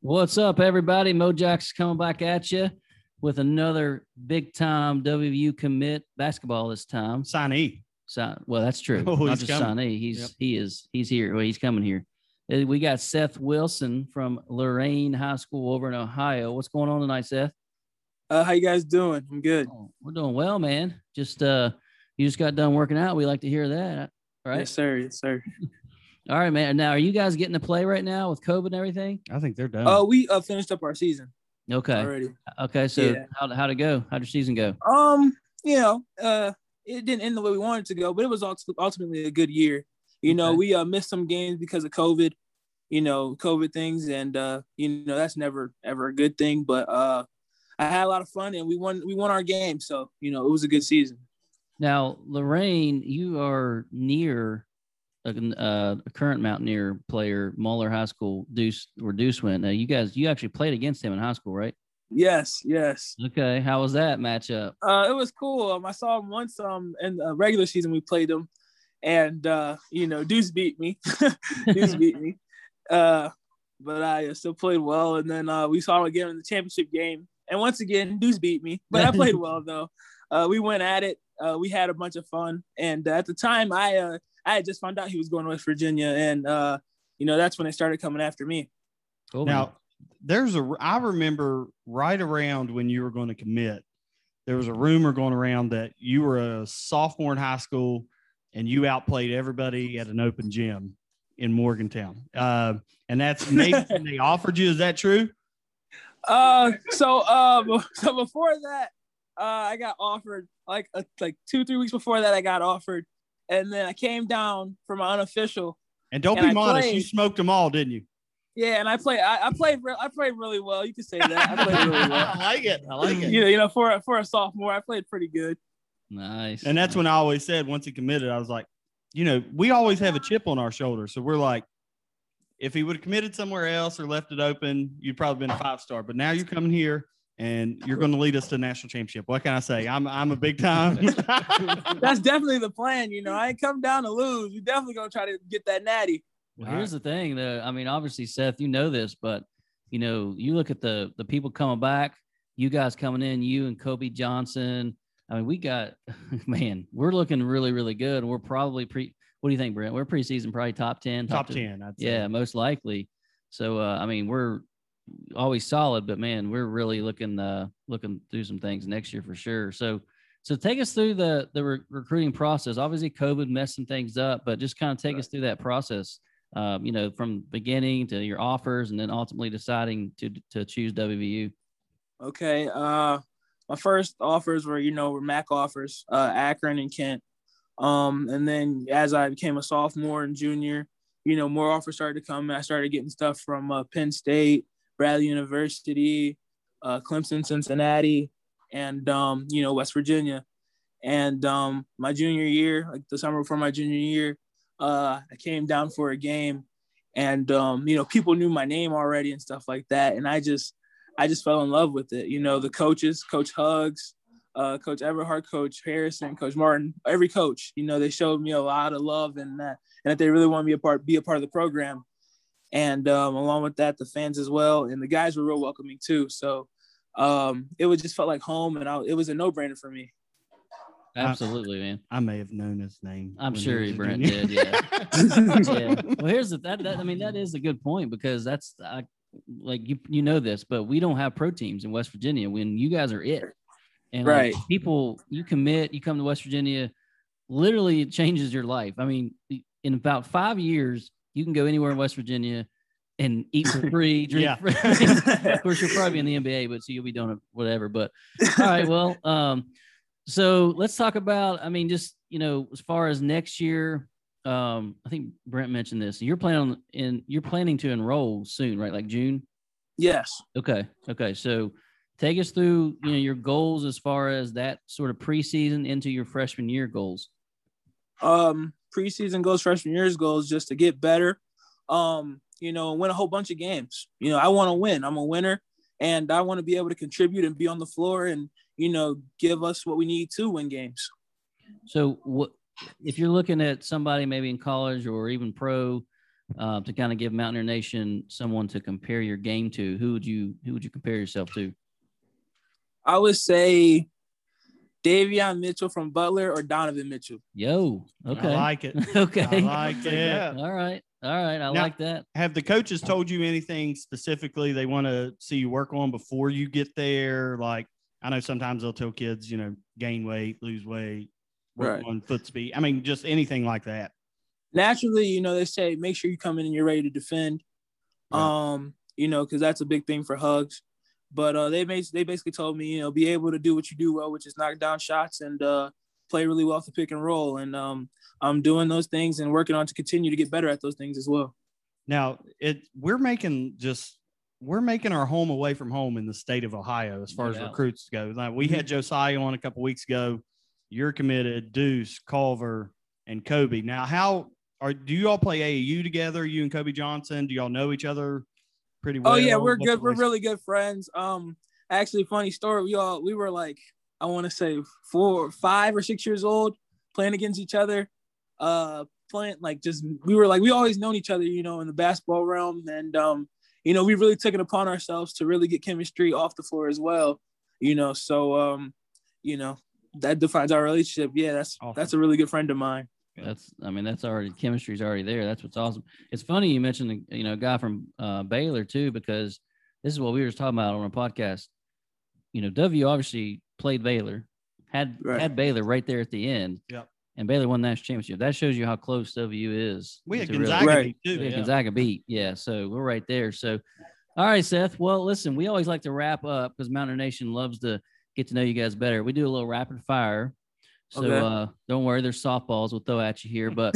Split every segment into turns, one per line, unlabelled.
What's up, everybody? Mojack's coming back at you with another big time WU commit basketball this time.
Signee.
So, well, that's true.
Oh,
Not
he's
just
coming.
Sonny. He's
Yep.
he is he's here. Well, he's coming here. Uh, We got Seth Wilson from Lorraine High School over in Ohio. What's going on tonight, Seth?
Uh, how you guys doing? I'm good.
Oh, we're doing well, man. Just uh, you just got done working out. We like to hear that, right?
Yes, sir. Yes, sir.
All right, man. Now, are you guys getting to play right now with COVID and everything?
I think they're done.
Uh, we uh, finished up our season
Okay.
already.
Okay. So
Yeah.
how how'd it go? How'd your season go?
Um, you know, uh, it didn't end the way we wanted it to go, but it was ult- ultimately a good year. You know,
Okay.
we uh, missed some games because of COVID. You know, COVID things, and uh, you know that's never ever a good thing. But uh, I had a lot of fun, and we won. We won our game, so you know it was a good season.
Now, Lorraine, you are near a, uh, a current Mountaineer player, Muller High School, Deuce or Deuce went. Now, you guys, you actually played against him in high school, right?
Yes, yes.
Okay. How was that matchup?
Uh, it was cool. Um, I saw him once. Um, in the regular season we played him, and uh, you know, Deuce beat me. Deuce beat me. Uh, but I still played well. And then uh, we saw him again in the championship game. And once again, Deuce beat me. But I played well though. Uh, we went at it. Uh, we had a bunch of fun. And uh, at the time, I uh, I had just found out he was going to West Virginia, and uh, you know that's when they started coming after me.
Cool. man.
Now, there's a, I remember right around when you were going to commit, there was a rumor going around that you were a sophomore in high school and you outplayed everybody at an open gym in Morgantown. Uh, and that's maybe when they offered you. Is that true?
Uh, so um, so before that, uh, I got offered like uh, like two three weeks before that I got offered, and then I came down for my unofficial.
And don't
And
be
I
modest. You
played.
smoked them all, didn't you?
Yeah, and I play I, I played re- I played really well. You can say that I played really well.
like it. I
You know, you know, for a- for a sophomore, I played pretty good.
nice.
And that's when I always said, once he committed, I was like, you know, we always have a chip on our shoulder. So we're like, if he would have committed somewhere else or left it open, you'd probably been a five star. But now you're coming here and you're going to lead us to the national championship. What can I say? I'm I'm a big time.
That's definitely the plan. You know, I ain't come down to lose. We definitely gonna try to get that natty.
Well, here's the thing, though. I mean, obviously, Seth, you know this, but you know, you look at the the people coming back, you guys coming in, you and Kobe Johnson. I mean, we got man, we're looking really, really good. We're probably pre. What do you think, Brent? We're preseason probably top ten,
Top
ten.
ten. I'd say.
Yeah, most likely. So uh, I mean, we're always solid, but man, we're really looking uh, looking through some things next year for sure. So so take us through the the re- recruiting process. Obviously, COVID messed some things up, but just kind of take us through that process. Um, you know, from beginning to your offers, and then ultimately deciding to to choose WVU.
Okay. Uh, my first offers were, you know, were MAC offers, uh, Akron and Kent. Um, and then as I became a sophomore and junior, you know, more offers started to come. And I started getting stuff from uh, Penn State, Bradley University, uh, Clemson, Cincinnati, and um, you know, West Virginia. And um, my junior year, like the summer before my junior year, uh, I came down for a game, and um, you know, people knew my name already and stuff like that. And I just I just fell in love with it. You know, the coaches, Coach Hugs, uh, Coach Everhart, Coach Harrison, Coach Martin, every coach. You know, they showed me a lot of love and that, and that they really want me a part, be a part of the program. And um, along with that, the fans as well, and the guys were real welcoming too. So um, it was just felt like home, and I, it was a no brainer for me.
Absolutely, man.
I may have known his name.
I'm
when
sure
was a
Brent
junior.
did. Yeah. yeah. Well, here's the that, that I mean that is a good point because that's I, like you you know this, but we don't have pro teams in West Virginia. When you guys are it, and like,
Right.
people, you commit, you come to West Virginia, literally it changes your life. I mean, in about five years, you can go anywhere in West Virginia and eat for free, drink
Yeah.
for free. of course, you'll probably be in the NBA, but so you'll be doing it, whatever. But all right, well, um, so let's talk about. I mean, just you know, as far as next year, um, I think Brent mentioned this. You're planning on in you're planning to enroll soon, right? Like June.
yes.
Okay. Okay. So take us through, you know, your goals as far as that sort of preseason into your freshman year goals.
um preseason goals freshman year's goals just to get better um you know and win a whole bunch of games you know i want to win i'm a winner and i want to be able to contribute and be on the floor and you know give us what we need to win games
So what if you're looking at somebody maybe in college or even pro, uh, to kind of give Mountaineer Nation someone to compare your game to, who would you who would you compare yourself to?
I would say Davion Mitchell from Butler or Donovan Mitchell.
Yo, okay,
I like it.
okay,
I like
Take
it.
that.
all right, all right, I
Now-
like that.
Have the coaches told you anything specifically they want to see you work on before you get there? Like, I know sometimes they'll tell kids, you know, gain weight, lose weight, work
Right.
on foot speed. I mean, just anything like that.
Naturally, you know, they say make sure you come in and you're ready to defend. Um, you know, because that's a big thing for hugs. But uh, they bas- they basically told me, you know, be able to do what you do well, which is knock down shots and uh, play really well off the pick and roll. And um, I'm doing those things and working on to continue to get better at those things as well.
Now, it we're making just we're making our home away from home in the state of Ohio as far
No
as
doubt.
recruits go. Like we
Mm-hmm.
had Josiah on a couple weeks ago. You're committed, Deuce, Culver, and Kobe. Now, how are do you all play AAU together? You and Kobe Johnson? Do y'all know each other pretty well?
oh yeah,
um,
we're
What's the
good. We're
relationship?
really good friends. Um, actually, funny story. We all we were like, I want to say four, five or six years old, playing against each other. Uh, playing like just we were like we always known each other, you know, in the basketball realm, and um, you know, we really took it upon ourselves to really get chemistry off the floor as well, you know. So um, you know, that defines our relationship. Yeah, that's
Awesome.
that's a really good friend of mine.
That's I mean that's already chemistry's already there. That's what's awesome. It's funny you mentioned you know a guy from uh, Baylor too because this is what we were just talking about on a podcast. You know, W obviously played Baylor, had
Right.
had Baylor right there at the end.
Yep.
And Baylor won the national championship. That shows you how close W is.
we had
to really-
Gonzaga
Right.
too.
yeah,
Yeah.
Gonzaga beat. Yeah, so we're right there. So, all right, Seth. Well, listen, we always like to wrap up because Mountain Nation loves to get to know you guys better. We do a little rapid fire, so
Okay.
uh, don't worry. There's softballs we'll throw at you here, but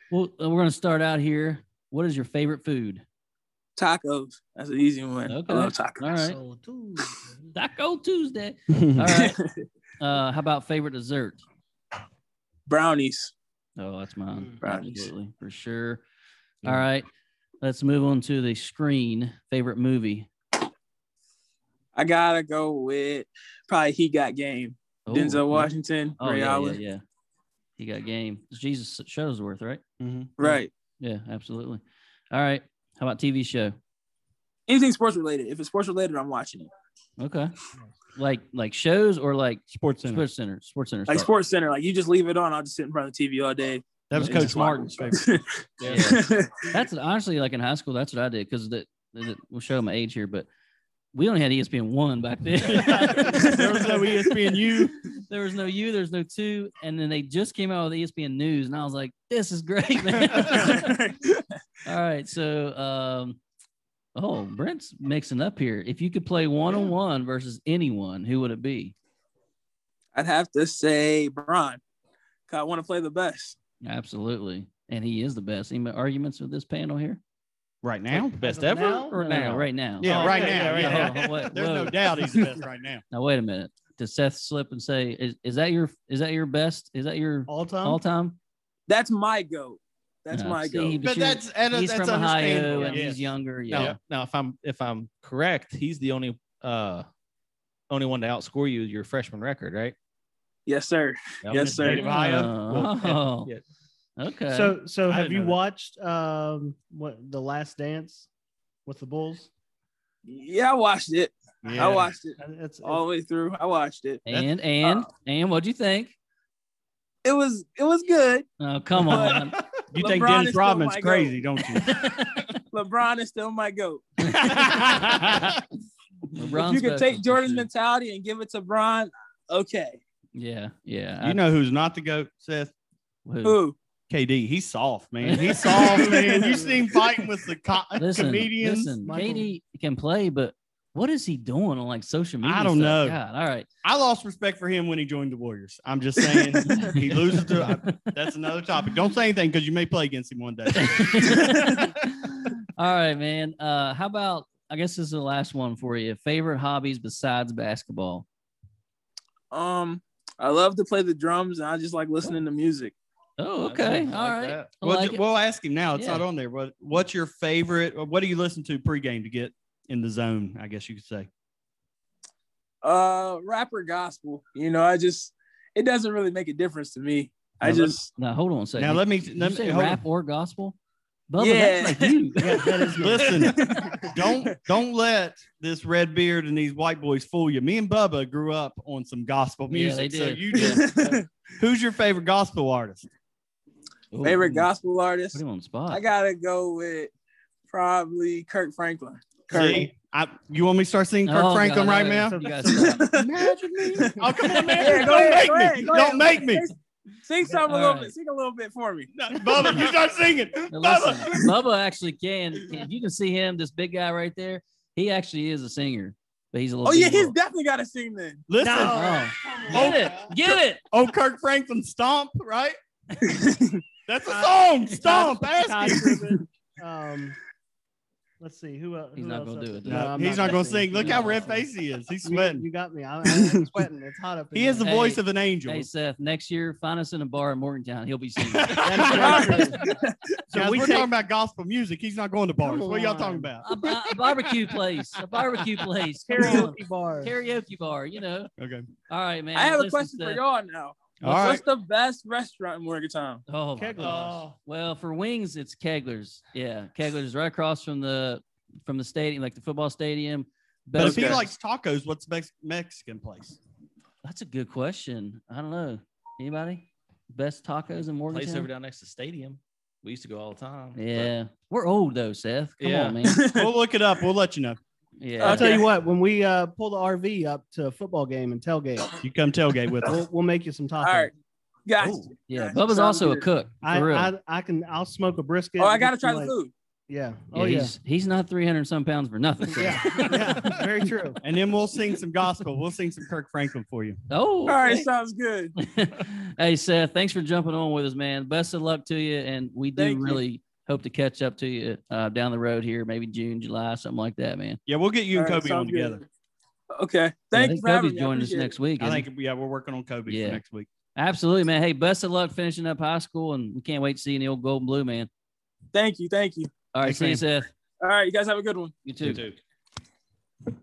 well, uh, we're going to start out here. What is your favorite food?
tacos. That's an easy one.
Okay.
I love tacos.
All right,
So, too.
Taco Tuesday.
Mm-hmm.
All right. Uh, how about favorite dessert?
Brownies.
Oh, that's mine.
Brownies.
Absolutely, for sure.
Yeah.
All right, let's move on to the screen. Favorite movie?
I gotta go with probably he got game.
Oh,
Denzel
yeah.
Washington,
Oh,
Ray
yeah, yeah,
Allen.
yeah. He got game. It's Jesus Shuttlesworth, right?
Right.
Yeah, absolutely. All right. How about TV show?
Anything sports related. If it's sports related, I'm watching it.
Okay. Like like shows or like
Sports Center.
Sports Center. Sports Center.
Like
sorry.
Sports Center, like you just leave it on. I'll just sit in front of the TV all day.
That was
and
Coach
just watch
Martin's
it.
favorite.
Yeah. That's honestly like in high school. That's what I did because that, that we'll show my age here, but we only had E ESPN one back then.
there was no E ESPNU.
E there was no U, there's no two, and then they just came out with E ESPN News, and I was like, this is great, man. All right, so um, oh, Brent's mixing up here. If you could play one on one versus anyone, who would it be?
I'd have to say Bron. 'cause I want to play the best.
Absolutely, and he is the best. Any arguments with this panel here?
Right now?
Best
As of
ever
now?
or
No, no, no,
now?
right now.
Yeah,
Oh,
right
okay,
now.
yeah, right
yeah.
now.
hold on, what-
There's
whoa.
no doubt he's the best right now.
Now wait a minute. Does Seth slip and say, "Is, is that your is that your best? Is that your
All time.
all time?"
That's my goat. That's
No,
my
see, But
goat.
But
you're-
uh,
that's and
he's
that's
from Ohio
understandable.
and
Yes.
he's younger.
Now,
Yeah,
now, if I'm if I'm correct, he's the only uh only one to outscore you your freshman record, right?
Yes, sir.
Yep.
Yes, sir.
State of Ohio.
Oh.
Well, yeah, yeah.
okay.
So
So
so
I
have
didn't
you
know that.
watched um what the Last Dance with the Bulls?
Yeah, I watched it. Oh, I watched
Uh,
it
And It's, it's
Oh,
all the way through. I watched it.
and and
uh,
and what'd you think?
It was it was good.
Oh, come on.
You think
LeBron is
Dennis
still
Rodman's
my goat.
crazy, don't you?
LeBron is still my goat.
LeBron's
if you
special
could take
for
Jordan's
sure.
mentality and give it to Bron, okay.
Yeah, yeah. I-
You know who's not the goat, Seth?
who?
Ooh,
KD. He's soft, man. He's soft, man. You see him fighting with the co-
listen,
comedians.
Listen,
Michael-
Katie can play, but what is he doing on like social media? stuff?
don't know.
God, all right.
I lost respect for him when he joined the Warriors. I'm just saying he loses to. I- that's another topic. Don't say anything because you may play against him one day.
all right, man. Uh, how about? I guess this is the last one for you. Favorite hobbies besides basketball?
um, I love to play the drums and I just like listening to music.
Oh, okay. all
I like
right.
that.
I
We'll,
like
ju-
it.
we'll ask him now. It's
Yeah.
not on there. What What's your favorite? What do you listen to pregame to get in the zone? I guess you could say.
Uh, rapper gospel. You know, I just it doesn't really make a difference to me.
Now
I
let-
just
now hold on a second.
now let me
Did
let
you
me
say
hold on.
rap or gospel? Bubba, that's
Yeah.
like you.
Yeah, that is me. Listen, don't don't let this red beard and these white boys fool you. Me and Bubba grew up on some gospel
Yeah, they
music.
did.
So you just who's your favorite gospel artist?
Ooh,
Favorite gospel artist?
Put him on the spot.
I gotta go with probably Kirk Franklin. Kirk.
See, I, you want me to start singing Kirk
Oh,
Franklin
God,
right
no,
now?
you guys-
Imagine me. Oh, come on, man.
Yeah, go
don't
ahead,
make
go
me.
ahead, go
don't
ahead.
make me.
Sing something a
All
little
right.
bit. Sing a little bit for me.
No, Bubba, you start singing.
Now
Bubba.
listen, Bubba actually can, can. You can see him, this big guy right there. He actually is a singer, but he's a little.
Oh yeah,
big
he's
boy.
definitely gotta sing then.
Listen.
Oh, get it, get it.
Oh, Kirk Franklin Stomp, right? That's a song. Stomp. Ask him.
Um, let's see who else.
He's
who
not
else
gonna
up
do it,
there?
though. No,
No,
I'm
he's not going to sing. Look
I'm
how
not
red
gonna sing.
faced he is. He's
You-
sweating.
You got me. I, I'm sweating. It's hot up. in
He has the
here.
Hey,
voice of an angel.
Hey Seth, next year find us in a bar in Morgantown. He'll be singing.
That's very
a
true.
Guys,
So we
we're
take-
talking about gospel music. He's not going to bars.
Come
What y'all
on.
talking about?
ba- a barbecue place, a barbecue place, Come on.
karaoke bar.
karaoke bar. You know.
Okay.
All right, man.
I have a
listen,
question for
Seth.
y'all now.
All right.
What's the best restaurant in Morgantown?
Oh, my
Kegler's.
gosh. Well, for wings, it's Kegler's. Yeah, Kegler's right across from the from the stadium, like the football stadium.
But if he
Okay.
likes tacos, what's the best Mexican place?
That's a good question. I don't know. Anybody? Best tacos in
Place over
Morgantown?
down next to the stadium. We used to go all the time. but-
Yeah. We're old though, Seth. Come
Yeah.
on, man.
We'll look it up. We'll let you know.
Yeah.
I'll tell you
Okay.
what. When we uh, pull the RV up to a football game and tailgate,
You come tailgate with us.
we'll, we'll make you some tacos.
All right. Guys.
Ooh.
Yeah.
That
Bubba's
sounds
also a
good.
cook. For
I,
real.
I I can. I'll smoke a brisket.
Oh, I
and
gotta
get some,
try the
like-
food.
Yeah.
yeah,
Oh yeah.
He's, he's not 300 some pounds for nothing.
Yeah. yeah. Very true.
And then we'll sing some gospel. We'll sing some Kirk Franklin for you.
Oh.
All right, sounds good.
hey Seth, thanks for jumping on with us, man. Best of luck to you, and we do
Thank you.
really hope to catch up to you uh, down the road here, maybe June, July, something like that, man.
Yeah, we'll get you and
All right,
Kobe on
sounds good.
together.
Okay.
I
Thank you
think
for having
Kobe's
me. I
joining us
appreciate it.
next week.
I
isn't he?
think yeah, we're working on Kobe
Yeah.
for next week.
absolutely, man. Hey, best of luck finishing up high school, and we can't wait to see you in the old Golden Blue, man.
Thank you. Thank you.
All right,
Thanks,
see you,
man.
Seth.
All right, you guys have a good one.
You too.
too.